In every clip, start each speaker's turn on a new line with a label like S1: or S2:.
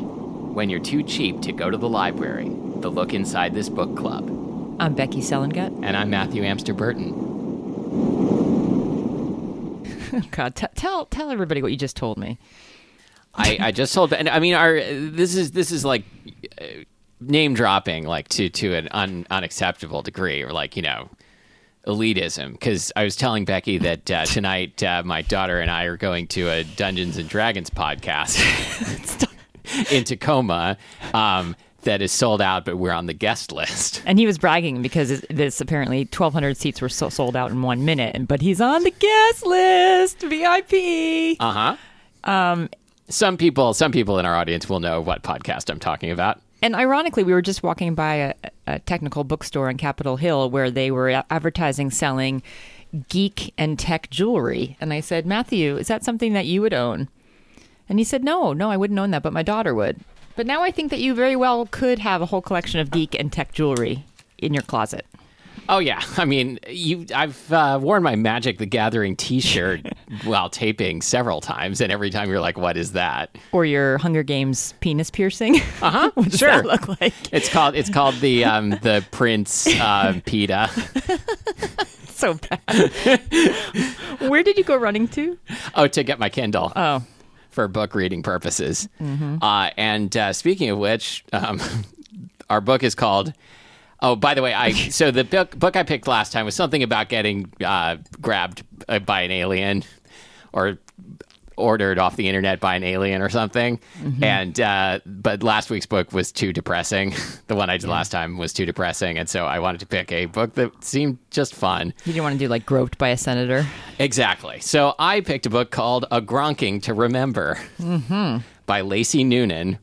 S1: when you're too cheap to go to the library. The look inside this book club.
S2: I'm Becky Selengut.
S1: And I'm Matthew Amster Burton.
S2: Oh, God, t- tell tell everybody what you just told me.
S1: I, I just told, and I mean, our this is this is like uh, name dropping, like to to an un, unacceptable degree, or like you know, elitism. Because I was telling Becky that uh, tonight uh, my daughter and I are going to a Dungeons and Dragons podcast in Tacoma um, that is sold out, but we're on the guest list.
S2: And he was bragging because this- this apparently 1,200 seats were so- sold out in one minute, and- but he's on the guest list, VIP.
S1: Uh huh. Um, some people, some people in our audience will know what podcast I'm talking about.
S2: And ironically, we were just walking by a, a technical bookstore on Capitol Hill where they were advertising selling geek and tech jewelry. And I said, Matthew, is that something that you would own? And he said, No, no, I wouldn't own that, but my daughter would. But now I think that you very well could have a whole collection of geek and tech jewelry in your closet.
S1: Oh yeah, I mean, you. I've uh, worn my Magic the Gathering T-shirt while taping several times, and every time you're like, "What is that?"
S2: Or your Hunger Games penis piercing. Uh huh. what does
S1: sure.
S2: that look like?
S1: It's called. It's called the um, the Prince uh, Peta.
S2: It's so bad. Where did you go running to?
S1: Oh, to get my Kindle.
S2: Oh.
S1: for book reading purposes. Uh, and uh, speaking of which, um, our book is called. Oh, by the way, I so the book book I picked last time was something about getting uh, grabbed uh, by an alien, or ordered off the internet by an alien or something. And uh, but last week's book was too depressing. the one I did last time was too depressing, and so I wanted to pick a book that seemed just fun.
S2: You didn't want to do like groped by a senator.
S1: Exactly. So I picked a book called A Gronking to Remember by Lacey Noonan.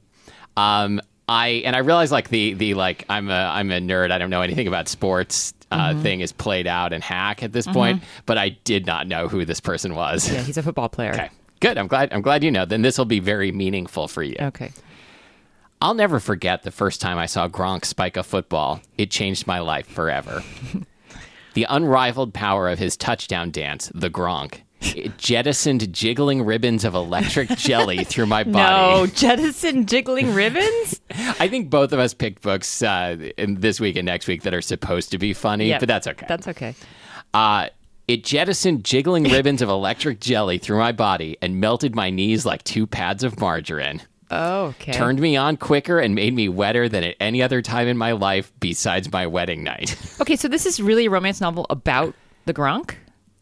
S1: Um, I and I realized like the the like I'm a I'm a nerd. I don't know anything about sports. Uh, Thing is played out and hack at this point, but I did not know who this person was.
S2: Yeah, he's a football player.
S1: Okay, good. I'm glad. I'm glad you know. Then this will be very meaningful for you.
S2: Okay.
S1: I'll never forget the first time I saw Gronk spike a football. It changed my life forever. the unrivaled power of his touchdown dance, the Gronk, it jettisoned jiggling ribbons of electric jelly through my
S2: No,
S1: body.
S2: jettison jiggling ribbons.
S1: I think both of us picked books uh, in this week and next week that are supposed to be funny,
S2: Yeah,
S1: but that's okay.
S2: That's okay.
S1: Uh, it jettisoned jiggling ribbons of electric jelly through my body and melted my knees like two pads of margarine.
S2: Oh, okay.
S1: turned me on quicker and made me wetter than at any other time in my life besides my wedding night.
S2: Okay, so this is really a romance novel about the Gronk.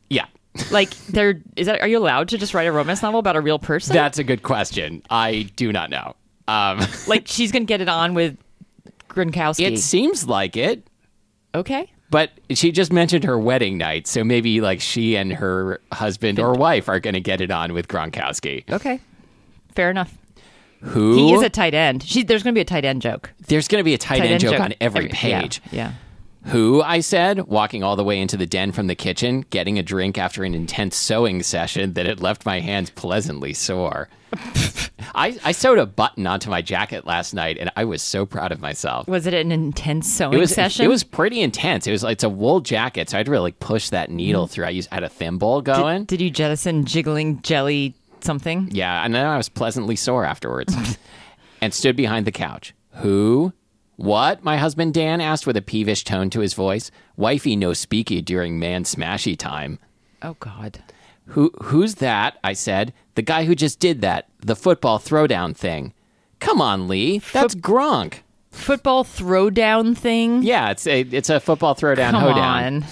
S1: yeah.
S2: Like, there is that. Are you allowed to just write a romance novel about a real person?
S1: That's a good question. I do not know. Um,
S2: like, she's gonna get it on with Gronkowski.
S1: it seems like it,
S2: okay.
S1: but she just mentioned her wedding night, so maybe like she and her husband or wife are going to get it on with Gronkowski.
S2: Okay. Fair enough.
S1: Who?
S2: He is a tight end. She, there's gonna be a tight end joke.
S1: There's going to be a tight,
S2: Tight
S1: end, joke, on every,
S2: yeah,
S1: page.
S2: Yeah.
S1: Who, I said, walking all the way into the den from the kitchen, getting a drink after an intense sewing session that had left my hands pleasantly sore. I, I sewed a button onto my jacket last night and I was so proud of myself.
S2: Was it an intense sewing
S1: It was
S2: session?
S1: it was pretty intense. It was it's a wool jacket, so I had to really push that needle through. I used I had a thimble going.
S2: Mm-hmm. Did you jettison jiggling jelly something?
S1: Yeah, and then I was pleasantly sore afterwards and stood behind the couch. Who? What? My husband Dan asked with a peevish tone to his voice. Wifey no speaky during man smashy time.
S2: Oh God.
S1: Who who's that? I said. The guy who just did that, the football throwdown thing. Come on, Lee. That's Gronk.
S2: Football throwdown thing.
S1: Yeah, it's a it's a football throwdown
S2: Come
S1: hoedown.
S2: on.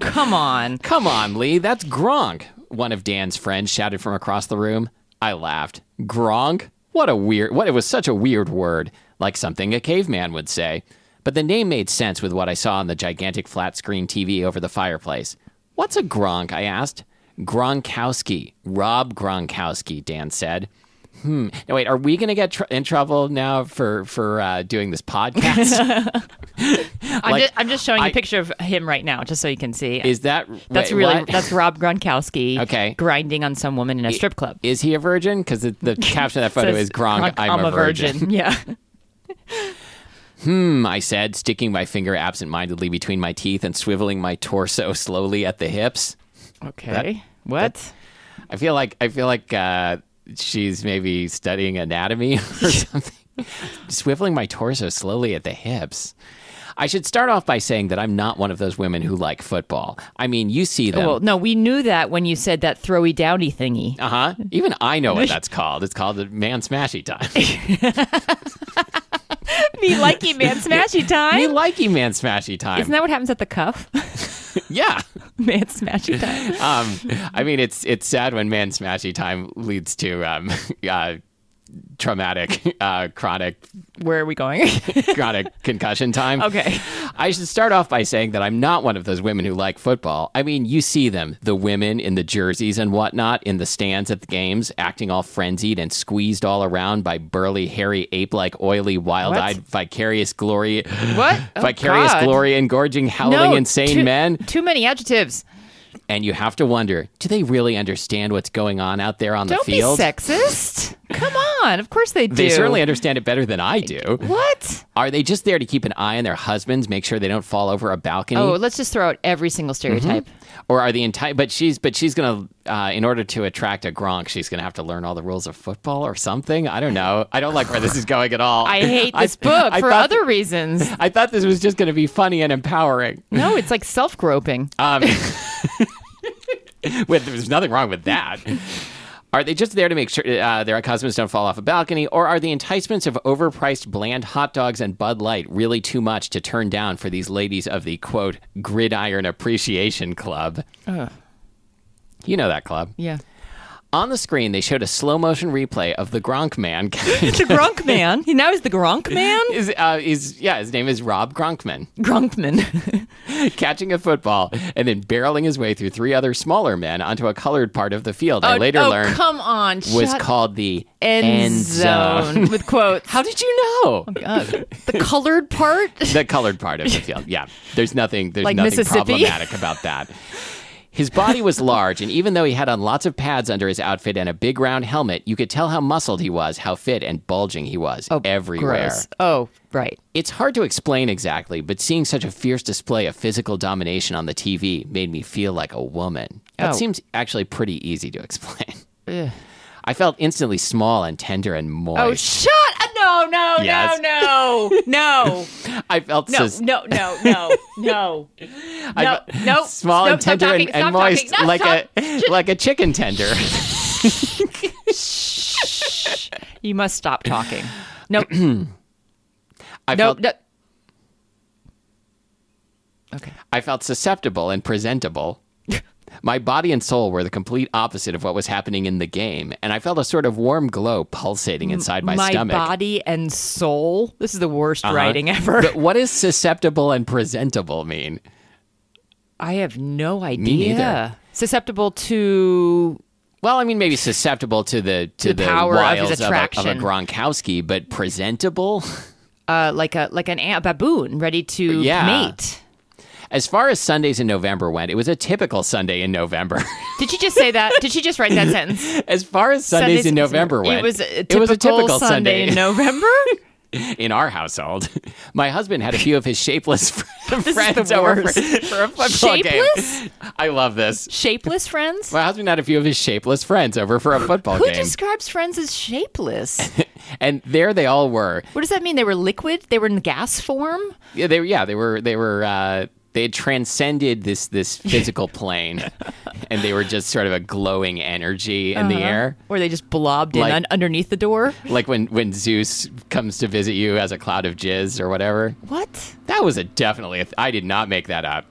S2: Come on.
S1: Come on, Lee. That's Gronk. One of Dan's friends shouted from across the room. I laughed. Gronk? What a weird what it was such a weird word, like something a caveman would say. But the name made sense with what I saw on the gigantic flat screen TV over the fireplace. What's a Gronk? I asked. Gronkowski. Rob Gronkowski, Dan said. Hmm. Now wait, are we going to get tr- in trouble now for for uh, doing this podcast?
S2: I'm,
S1: Like,
S2: just, I'm just showing you
S1: I-
S2: a picture of him right now, just so you can see.
S1: Is that
S2: that's
S1: wait,
S2: really
S1: what?
S2: that's Rob Gronkowski.
S1: Okay.
S2: grinding on some woman in a strip club.
S1: Is he a virgin? Because the, the caption of that photo
S2: Says,
S1: is Gronk, I'm, a, virgin.
S2: Yeah,
S1: Hmm, I said, sticking my finger absentmindedly between my teeth and swiveling my torso slowly at the hips.
S2: okay. what?
S1: I feel like I feel like uh, she's maybe studying anatomy or something. swiveling my torso slowly at the hips. I should start off by saying that I'm not one of those women who like football. I mean, you see them.
S2: Well, no, we knew that when you said that throwy dowdy thingy.
S1: Uh huh. Even I know what that's called. It's called the man smashy time.
S2: Me likey man smashy
S1: Me
S2: time.
S1: likey man smashy time.
S2: Isn't that what happens at the cuff?
S1: yeah.
S2: man smashy time.
S1: Um, I mean, it's it's sad when man smashy time leads to um, uh, traumatic, uh, chronic,
S2: Where are we going?
S1: chronic concussion time.
S2: okay.
S1: I should start off by saying that I'm not one of those women who like football. I mean, you see them, the women in the jerseys and whatnot, in the stands at the games, acting all frenzied and squeezed all around by burly, hairy, ape like, oily, wild eyed, vicarious glory.
S2: What? Oh,
S1: vicarious
S2: God.
S1: glory, engorging, howling,
S2: No,
S1: insane
S2: too-
S1: men.
S2: Too many adjectives.
S1: And you have to wonder do they really understand what's going on out there on
S2: Don't
S1: the field?
S2: be sexist. Come on. Of course they do.
S1: They certainly understand it better than I do.
S2: What?
S1: Are they just there to keep an eye on their husbands, make sure they don't fall over a balcony?
S2: Oh, let's just throw out every single
S1: Mm-hmm.
S2: stereotype.
S1: or are the entire but she's but she's gonna uh, in order to attract a gronk she's gonna have to learn all the rules of football or something i don't know i don't like where this is going at all
S2: I hate this book
S1: I
S2: for
S1: thought-
S2: other reasons.
S1: i thought this was just gonna be funny and empowering
S2: No, it's like self groping.
S1: um with, there's nothing wrong with that Are they just there to make sure uh, their husbands don't fall off a balcony, or are the enticements of overpriced bland hot dogs and Bud Light really too much to turn down for these ladies of the quote gridiron appreciation club? You know that club.
S2: yeah.
S1: On the screen, they showed a slow motion replay of the Gronk man.
S2: The Gronk man. He now is the Gronk man?
S1: Is uh, is yeah, his name is Rob Gronkman,
S2: Gronkman.
S1: catching a football and then barreling his way through three other smaller men onto a colored part of the field.
S2: Oh,
S1: I later learned
S2: come on.
S1: was
S2: shut
S1: called the
S2: end, zone. With quotes.
S1: How did you know?
S2: Uh, the colored part?
S1: The colored part of the field. Yeah, there's nothing. There's
S2: Like
S1: nothing
S2: Mississippi?
S1: problematic about that. His body was large, and even though he had on lots of pads under his outfit and a big round helmet, you could tell how muscled he was, how fit and bulging he was everywhere.
S2: Gross. Oh, right.
S1: It's hard to explain exactly, but seeing such a fierce display of physical domination on the TV made me feel like a woman. That
S2: Oh.
S1: seems actually pretty easy to explain. I felt instantly small and tender and
S2: Oh,
S1: moist.
S2: shut No, no,
S1: Yes.
S2: no, no. No.
S1: I felt
S2: No,
S1: so
S2: no, no, no, no. No,
S1: I,
S2: no.
S1: small
S2: Nope,
S1: and
S2: stop
S1: tender and,
S2: talking, stop
S1: and moist,
S2: talking. No,
S1: like
S2: stop.
S1: a like a chicken tender.
S2: You must stop talking. No,
S1: I
S2: no,
S1: felt
S2: no. Okay.
S1: I felt susceptible and presentable. My body and soul were the complete opposite of what was happening in the game, and I felt a sort of warm glow pulsating inside my, stomach. Uh-huh.
S2: body and soul. This is the worst writing ever.
S1: But what does susceptible and presentable mean?
S2: I have no idea.
S1: neither.
S2: Susceptible to
S1: Well, I mean, maybe susceptible to the to the,
S2: The power of his
S1: wiles of, a, of a
S2: attraction.
S1: Gronkowski, but presentable.
S2: uh, like a like an ant, a baboon ready to
S1: Yeah.
S2: mate.
S1: As far as Sundays in November went, it was a typical Sunday in November.
S2: Did you just say that? Did she just write that sentence?
S1: as far as Sundays, in November went,
S2: It was a
S1: it
S2: typical,
S1: was a typical
S2: Sunday in November.
S1: in our household. My husband had a few of his shapeless fr-
S2: the
S1: friends over for,
S2: worst.
S1: for a football
S2: Shapeless?
S1: game. I love this.
S2: Shapeless friends.
S1: My husband had a few of his shapeless friends over for a football
S2: Who
S1: game,
S2: describes friends as shapeless?
S1: and there they all were.
S2: what does that mean? They were liquid. They were in gas form.
S1: Yeah, they yeah they were they were uh, they had transcended this this physical plane, and they were just sort of a glowing energy in
S2: Uh-huh.
S1: the air.
S2: Or they just blobbed in
S1: Like-
S2: un- underneath the door.
S1: Like when, when Zeus comes to visit you as a cloud of jizz or whatever.
S2: What?
S1: That was a definitely, a th- I did not make that up.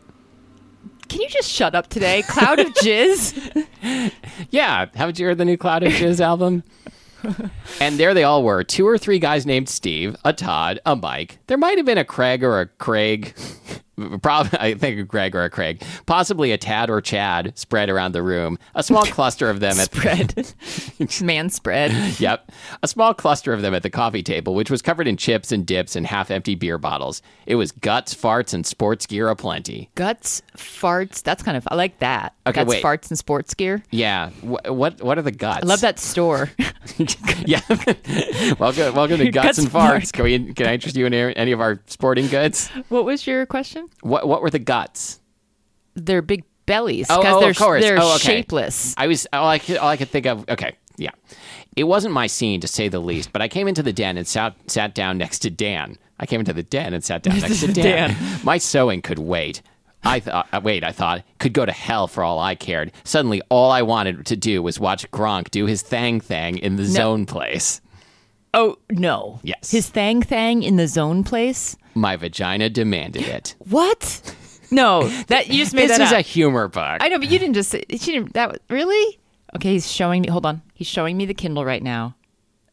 S2: Can you just shut up today? Cloud of jizz.
S1: Yeah, haven't you heard the new Cloud of Jizz album? and there they all were two or three guys named Steve, a Todd, a Mike. There might have been a Craig or a Craig. Probably, I think a Greg or a Craig, possibly a Tad or Chad, spread around the room. A small cluster of them at
S2: Spread. Man spread.
S1: yep, a small cluster of them at the coffee table, which was covered in chips and dips and half-empty beer bottles. It was guts, farts, and sports gear aplenty.
S2: Guts, farts. That's kind of I like that.
S1: Okay,
S2: Guts,
S1: wait.
S2: farts, and sports gear.
S1: Yeah, Wh- what what are the guts?
S2: I love that store.
S1: Yeah. welcome, welcome to Guts
S2: Guts
S1: and Farts. Can, we, can I interest you in any of our sporting goods?
S2: what was your question?
S1: What What were the guts?
S2: Their big bellies
S1: Oh,
S2: because
S1: oh, of
S2: they're
S1: course.
S2: they're
S1: Oh, okay.
S2: shapeless.
S1: I was all I could all I could think of. Okay, Yeah. It wasn't my scene, to say the least, but I came into the den and sat, sat down next to Dan. I came into the den and sat down next to Dan. My sewing could wait. I thought, uh, wait, I thought, could go to hell for all I cared. Suddenly, all I wanted to do was watch Gronk do his thang thang in the zone place.
S2: Oh, no.
S1: Yes.
S2: His thang thang in the zone place?
S1: My vagina demanded it.
S2: What? No, that you just made
S1: this
S2: that
S1: is
S2: up.
S1: a humor book.
S2: I know, but you didn't just say she didn't that was really? Okay, he's showing me hold on. He's showing me the Kindle right now.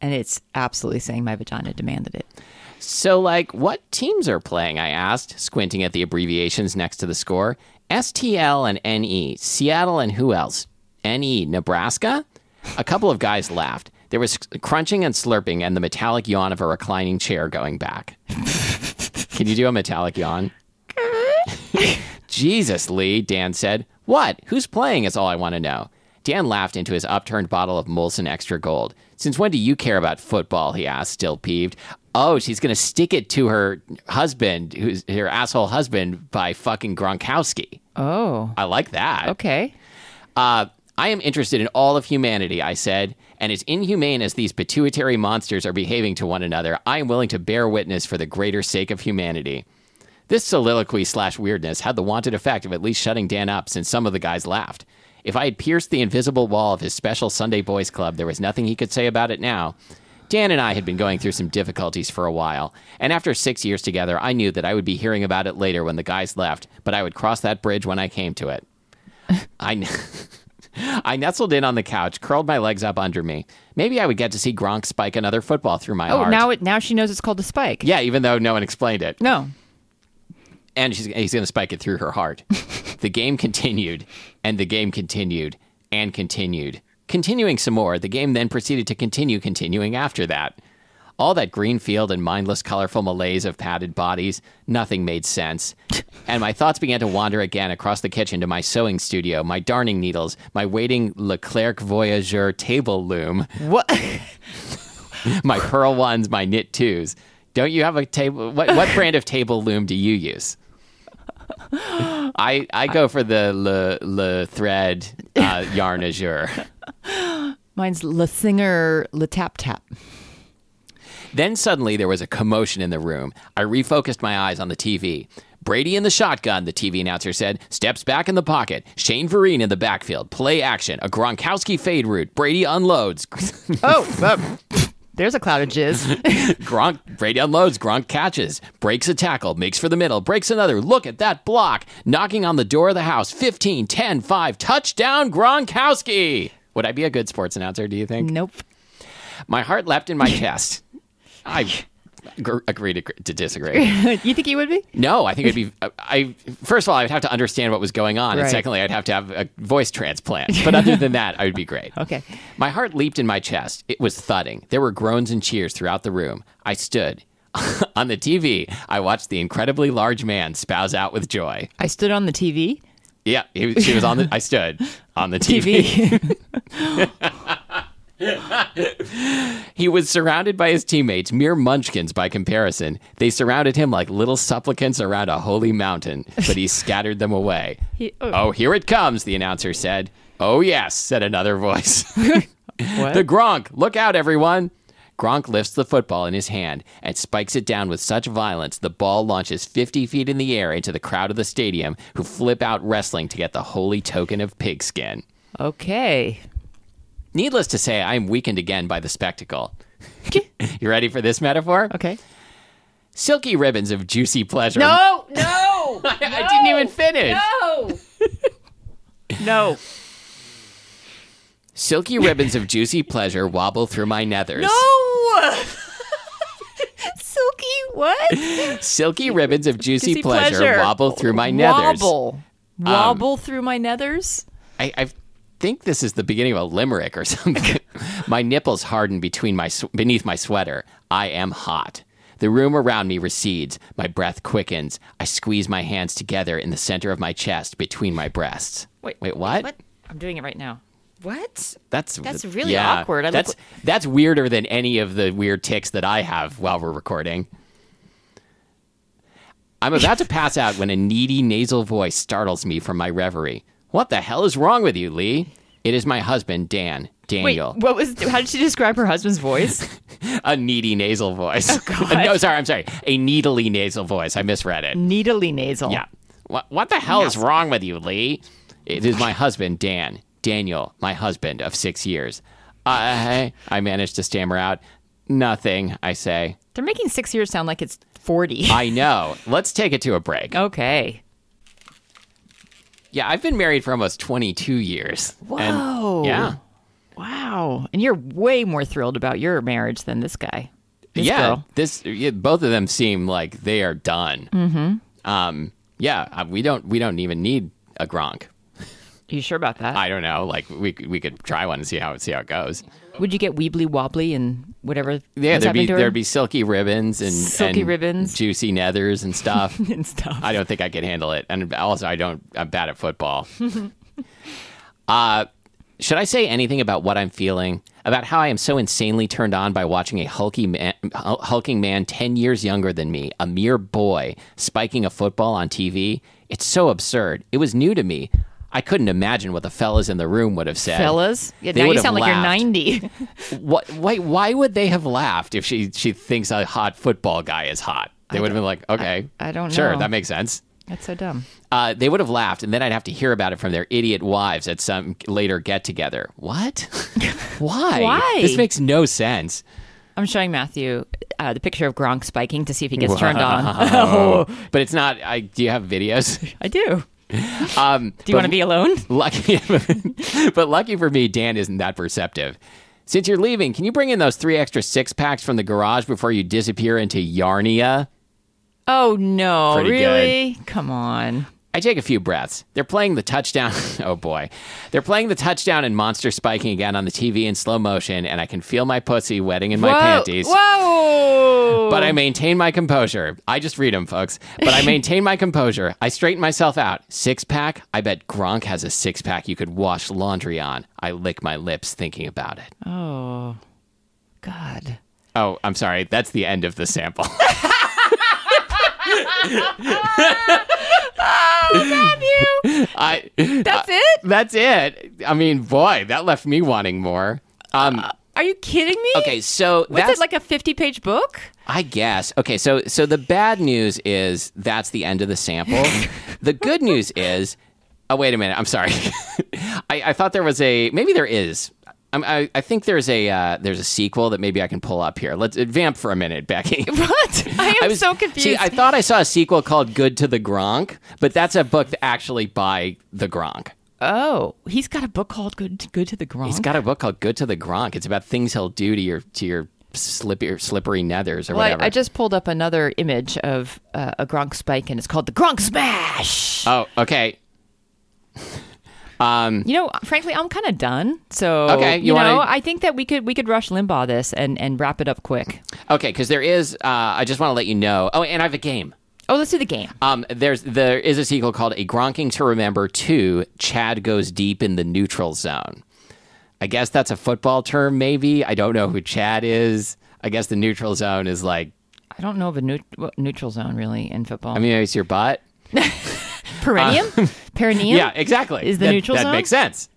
S2: And it's absolutely saying my vagina demanded it.
S1: So, like, what teams are playing? I asked, squinting at the abbreviations next to the score. STL and NE, Seattle and who else? NE, Nebraska? A couple of guys laughed. There was crunching and slurping and the metallic yawn of a reclining chair going back. Can you do a metallic yawn? Jesus, Lee, Dan said. What? Who's playing is all I want to know. Dan laughed into his upturned bottle of Molson Extra Gold. Since when do you care about football? he asked, still peeved. Oh, she's going to stick it to her husband, who's her asshole husband, by fucking Gronkowski.
S2: Oh.
S1: I like that.
S2: Okay.
S1: Uh, I am interested in all of humanity, I said, and as inhumane as these pituitary monsters are behaving to one another, I am willing to bear witness for the greater sake of humanity. This soliloquy slash weirdness had the wanted effect of at least shutting Dan up since some of the guys laughed. If I had pierced the invisible wall of his special Sunday Boys Club, there was nothing he could say about it now. Dan and I had been going through some difficulties for a while, and after six years together, I knew that I would be hearing about it later when the guys left, but I would cross that bridge when I came to it. I, I nestled in on the couch, curled my legs up under me. Maybe I would get to see Gronk spike another football through my
S2: Oh,
S1: heart.
S2: now it now she knows it's called a spike.
S1: yeah, even though no one explained it.
S2: No.
S1: And she's, he's going to spike it through her heart. the game continued, and the game continued, and continued. Continuing some more, the game then proceeded to continue continuing after that. All that green field and mindless, colorful malaise of padded bodies, nothing made sense. And my thoughts began to wander again across the kitchen to my sewing studio, my darning needles, my waiting Leclerc Voyageur table loom,
S2: What
S1: my pearl ones, my knit twos. Don't you have a table? What, what brand of table loom do you use? I I go for the le le thread uh, yarn azure.
S2: mine's Le Singer Le Tap Tap.
S1: Then suddenly there was a commotion in the room. I refocused my eyes on the TV. Brady in the shotgun, the TV announcer said, steps back in the pocket. Shane Vereen in the backfield. Play action. A Gronkowski fade route. Brady unloads.
S2: Oh, oh. there's a cloud of jizz.
S1: Gronk Brady unloads, Gronk catches, breaks a tackle, makes for the middle, breaks another. Look at that block. Knocking on the door of the house. 15, 10, 5. Touchdown Gronkowski. Would I be a good sports announcer, do you think?
S2: nope.
S1: My heart leapt in my chest. I gr- agree to, to disagree.
S2: you think you would be?
S1: No, I think it'd be. I- I first of all, I would have to understand what was going on, and
S2: Right.
S1: secondly, I'd have to have a voice transplant. But other than that, I would be great.
S2: Okay.
S1: My heart leaped in my chest. It was thudding. There were groans and cheers throughout the room. I stood. on the TV, I watched the incredibly large man spouse out with joy.
S2: I stood on the TV.
S1: Yeah, he, she was on the. I stood on the TV.
S2: TV.
S1: He was surrounded by his teammates, mere munchkins by comparison. They surrounded him like little supplicants around a holy mountain, but he scattered them away.
S2: He-
S1: oh.
S2: oh.
S1: here it comes, the announcer said. Oh, yes, said another voice.
S2: what?
S1: the Gronk, look out, everyone. Gronk lifts the football in his hand and spikes it down with such violence the ball launches 50 feet in the air into the crowd of the stadium, who flip out wrestling to get the holy token of pigskin.
S2: okay.
S1: Needless to say, I am weakened again by the spectacle. you ready for this metaphor?
S2: Okay.
S1: silky ribbons of juicy pleasure.
S2: No, no.
S1: I didn't even finish.
S2: No. no.
S1: Silky ribbons of juicy pleasure wobble through my nethers.
S2: No. Silky, what?
S1: Silky ribbons of juicy,
S2: Juicy
S1: pleasure,
S2: pleasure.
S1: wobble through my nethers. Um,
S2: Wobble. Wobble through my nethers?
S1: I, I think this is the beginning of a limerick or something. my nipples harden between my sw- beneath my sweater. I am hot. The room around me recedes. My breath quickens. I squeeze my hands together in the center of my chest between my breasts. wait, what?
S2: What? I'm doing it right now. What?
S1: That's
S2: That's really
S1: yeah.
S2: awkward. I look-
S1: that's that's weirder than any of the weird ticks that I have while we're recording. I'm about to pass out when a needy nasal voice startles me from my reverie. What the hell is wrong with you, Lee? It is my husband, Dan.
S2: Wait,
S1: Daniel.
S2: what was? How did she describe her husband's voice?
S1: A needy nasal voice.
S2: Oh, God.
S1: no, sorry, I'm sorry. A needly nasal voice. I misread it.
S2: Needly nasal.
S1: Yeah. What, what the hell is wrong with you, Lee? It is my husband, Dan. Daniel, my husband of six years. I, I managed to stammer out, nothing, I say.
S2: They're making six years sound like it's forty.
S1: I know. Let's take it to a break.
S2: okay.
S1: Yeah, I've been married for almost 22 years. And-
S2: Whoa.
S1: yeah.
S2: Wow. And you're way more thrilled about your marriage than this guy. This
S1: yeah.
S2: girl.
S1: This yeah, both of them seem like they are done. Mm-hmm. Um, yeah, uh, we don't we don't even need a Gronk.
S2: you sure about that?
S1: I don't know. Like we c- we could try one and see how see how it goes.
S2: Would you get weebly wobbly and whatever?
S1: Yeah, there'd
S2: was
S1: be
S2: happening to her?
S1: there'd be silky ribbons and
S2: Silky
S1: and
S2: ribbons.
S1: juicy nethers and stuff.
S2: and stuff.
S1: I don't think I could handle it, and also I don't. I'm bad at football. uh, should I say anything about what I'm feeling? About how I am so insanely turned on by watching a hulky man, hul- hulking man ten years younger than me, a mere boy, spiking a football on TV. It's so absurd. It was new to me. I couldn't imagine what the fellas in the room would have said.
S2: Fellas, yeah,
S1: They
S2: now
S1: would
S2: you
S1: have
S2: sound like you're
S1: laughed.
S2: 90.
S1: What? Why? Why would they have laughed if she she thinks a hot football guy is hot? They would have been like, okay,
S2: I- I don't
S1: Sure,
S2: know.
S1: that makes sense.
S2: That's so dumb.
S1: Uh, they would have laughed, and then I'd have to hear about it from their idiot wives at some later get together. What? Why?
S2: Why?
S1: This makes no sense.
S2: I'm showing Matthew uh, the picture of Gronk spiking to see if he gets turned on.
S1: But it's not. I do you have videos?
S2: I do.
S1: Um,
S2: Do you want to be alone?
S1: lucky? but lucky for me, Dan isn't that perceptive. Since you're leaving, can you bring in those three extra six packs from the garage before you disappear into Yarnia?
S2: Oh no!
S1: Pretty
S2: really? Come on.
S1: I take a few breaths. They're playing the touchdown. oh boy. They're playing the touchdown and monster spiking again on the TV in slow motion, and I can feel my pussy wetting in my
S2: Whoa!
S1: panties.
S2: Whoa!
S1: But I maintain my composure. I just read them, folks. But I maintain my composure. I straighten myself out. Six pack? I bet Gronk has a six pack you could wash laundry on. I lick my lips thinking about it.
S2: oh, God.
S1: Oh, I'm sorry. That's the end of the sample.
S2: Oh, Matthew,
S1: I,
S2: that's it?
S1: that's it. I mean, boy, that left me wanting more. Um,
S2: Are you kidding me?
S1: okay, so
S2: What's
S1: that's
S2: it like a 50 page book?
S1: I guess. Okay, so so the bad news is that's the end of the sample. the good news is, oh wait a minute, I'm sorry. I, I thought there was a maybe there is. I'm- I, I think there's a uh, there's a sequel that maybe I can pull up here. Let's vamp for a minute, Becky.
S2: What? I am
S1: I was-
S2: so confused.
S1: See, I thought I saw a sequel called Good to the Gronk, but that's a book actually by the Gronk.
S2: oh, he's got a book called Good, Good to the Gronk.
S1: He's got a book called Good to the Gronk. It's about things he'll do to your to your slippery slippery nethers or
S2: Well,
S1: whatever.
S2: I, I just pulled up another image of uh, a Gronk spike, and it's called the Gronk Smash.
S1: oh, okay. Um,
S2: you know, frankly, I'm kind of done. So,
S1: Okay, you
S2: know,
S1: wanna-
S2: I think that we could we could rush Limbaugh this and and wrap it up quick.
S1: Okay, because there is. Uh, I just want to let you know. Oh, and I have a game.
S2: Oh, let's do the game.
S1: Um, there's there is a sequel called A Gronking to Remember Two. Chad goes deep in the neutral zone. I guess that's a football term, maybe. I don't know who Chad is. I guess the neutral zone is like.
S2: I don't know of a neut- what neutral zone really in football.
S1: I mean, it's your butt.
S2: perineum, perineum.
S1: Yeah, exactly.
S2: Is the
S1: That-
S2: neutral
S1: that
S2: zone?
S1: makes sense.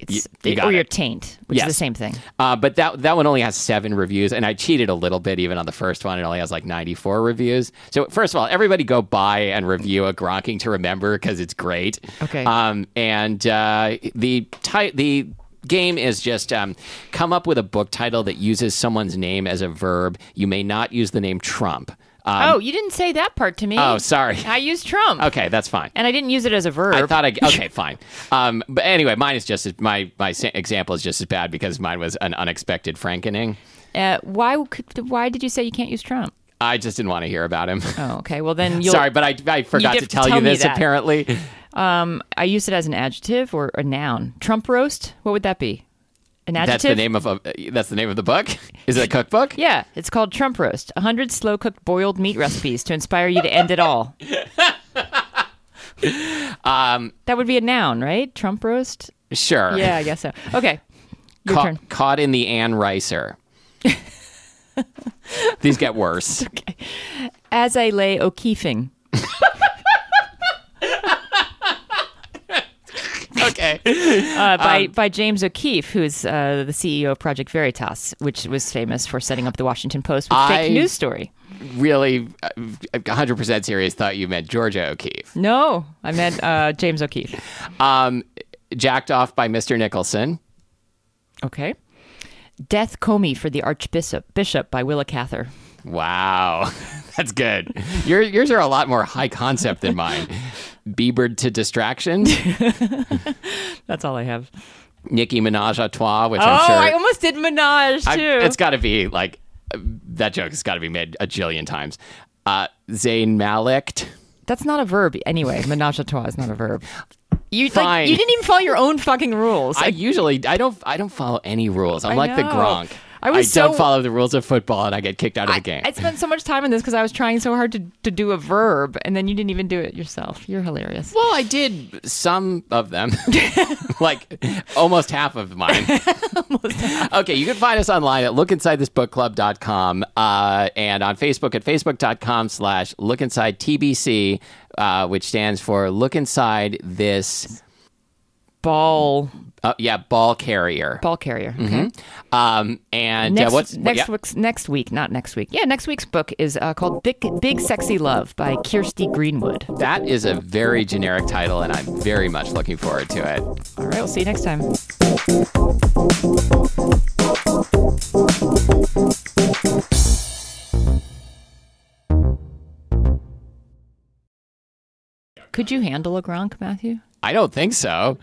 S2: It's-
S1: you got
S2: or your
S1: it.
S2: taint, which
S1: Yes.
S2: is the same thing.
S1: Uh, but that that one only has seven reviews, and I cheated a little bit even on the first one. It only has like ninety four reviews. So first of all, everybody go buy and review a Gronking to remember because it's great.
S2: Okay.
S1: Um, and uh, the ti- the game is just um, come up with a book title that uses someone's name as a verb. You may not use the name Trump. Uh,
S2: oh, you didn't say that part to me.
S1: oh, sorry.
S2: I used Trump,
S1: Okay, that's fine.
S2: and I didn't use it as a Oh. verb.
S1: I thought I okay, fine. Um, but anyway, mine is just as- my my sa- example is just as bad because mine was an unexpected frankening.
S2: uh, why could, why did you say you can't use Trump?
S1: I just didn't want to hear about him.
S2: Oh, okay. Well, then you'll.
S1: Sorry, but I, I forgot
S2: did
S1: to tell,
S2: tell
S1: you
S2: me
S1: this
S2: that.
S1: apparently.
S2: I used it as an adjective or a noun. Trump roast. What would that be? An adjective.
S1: That's the name of a, that's the name of the book. Is it a cookbook?
S2: Yeah, it's called Trump roast. A hundred slow cooked boiled meat recipes to inspire you to end it all. um, that would be a noun, right? Trump roast.
S1: Sure.
S2: Yeah, I guess so. Okay, your
S1: Ca-
S2: turn.
S1: Caught in the Anne Ricer. These get worse.
S2: As I lay O'Keefing.
S1: okay.
S2: uh, by
S1: Um,
S2: by James O'Keefe, who's uh, the CEO of Project Veritas, which was famous for setting up the Washington Post with
S1: I-
S2: fake news story.
S1: Really, uh, 100% serious, thought you meant Georgia O'Keeffe.
S2: No, I meant uh, James O'Keefe.
S1: Um, jacked off by Mr. Nicholson.
S2: Okay. Death Comey for the Archbishop Bishop by Willa Cather.
S1: Wow, that's good. Your, yours are a lot more high concept than mine. Biebered to distraction.
S2: That's all I have.
S1: Nicki Minaj a trois, which
S2: oh,
S1: I'm sure
S2: I almost did Minaj too.
S1: I- it's got to be like uh, that joke has got to be made a jillion times. Uh, Zayn Malik.
S2: That's not a verb anyway. Menage a trois is not a verb. You like,
S1: Fine.
S2: you didn't even follow your own fucking rules.
S1: I usually I don't I don't follow any rules. I'm
S2: I
S1: like the
S2: know.
S1: Gronk.
S2: I was
S1: don't
S2: so-
S1: follow the rules of football and I get kicked out of the game.
S2: I spent so much time on this because I was trying so hard to, to do a verb, and then you didn't even do it yourself. You're hilarious.
S1: well, I did some of them, like almost half of mine. Okay, you can find us online at lookinsidethisbookclub.com uh, and on Facebook at facebook.com slash lookinsidetbc, uh, which stands for Look Inside This,
S2: Ball
S1: uh, yeah, ball carrier.
S2: ball carrier. Okay.
S1: Um, and uh,
S2: Next,
S1: what's
S2: next
S1: Mm-hmm. yeah,
S2: week's next week, not next week. Yeah, next week's book is uh, called Big Big Sexy Love by Kirsty Greenwood.
S1: that is a very generic title, and I'm very much looking forward to it.
S2: All right, we'll see you next time. Could you handle a Gronk, Matthew?
S1: I don't think so.